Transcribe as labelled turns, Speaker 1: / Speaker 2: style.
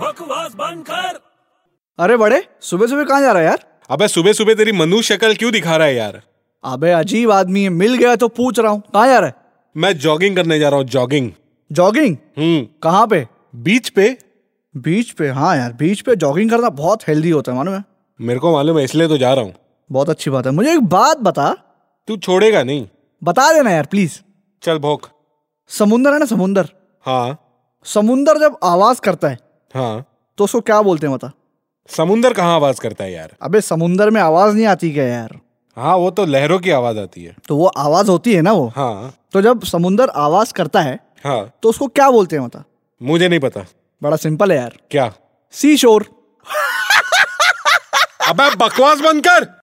Speaker 1: बकवास बंद कर
Speaker 2: अरे बड़े सुबह सुबह कहाँ जा रहा है यार
Speaker 3: अबे सुबह सुबह तेरी मनु शक्ल क्यों दिखा रहा है यार
Speaker 2: अबे अजीब आदमी है मिल गया तो पूछ रहा हूँ कहाँ जा रहा है
Speaker 3: मैं जॉगिंग करने जा रहा हूँ जॉगिंग
Speaker 2: जॉगिंग
Speaker 3: हम्म
Speaker 2: कहाँ पे
Speaker 3: बीच पे
Speaker 2: बीच पे हाँ यार बीच पे जॉगिंग करना बहुत हेल्दी होता है मालूम है
Speaker 3: मेरे को मालूम है इसलिए तो जा रहा हूँ
Speaker 2: बहुत अच्छी बात है मुझे एक बात बता
Speaker 3: तू छोड़ेगा नहीं
Speaker 2: बता देना यार प्लीज
Speaker 3: चल भोग
Speaker 2: समुंदर है ना समुंदर
Speaker 3: हाँ
Speaker 2: समुंदर जब आवाज करता है
Speaker 3: हाँ
Speaker 2: तो उसको क्या बोलते हैं बता
Speaker 3: समुंदर कहाँ आवाज करता है यार
Speaker 2: अबे समुंदर में आवाज नहीं आती क्या यार
Speaker 3: हाँ वो तो लहरों की आवाज आती है
Speaker 2: तो वो आवाज होती है ना वो
Speaker 3: हाँ
Speaker 2: तो जब समुंदर आवाज करता है
Speaker 3: हाँ
Speaker 2: तो उसको क्या बोलते हैं बता
Speaker 3: मुझे नहीं पता
Speaker 2: बड़ा सिंपल है यार
Speaker 3: क्या
Speaker 2: सी शोर
Speaker 3: अबे बकवास बंद कर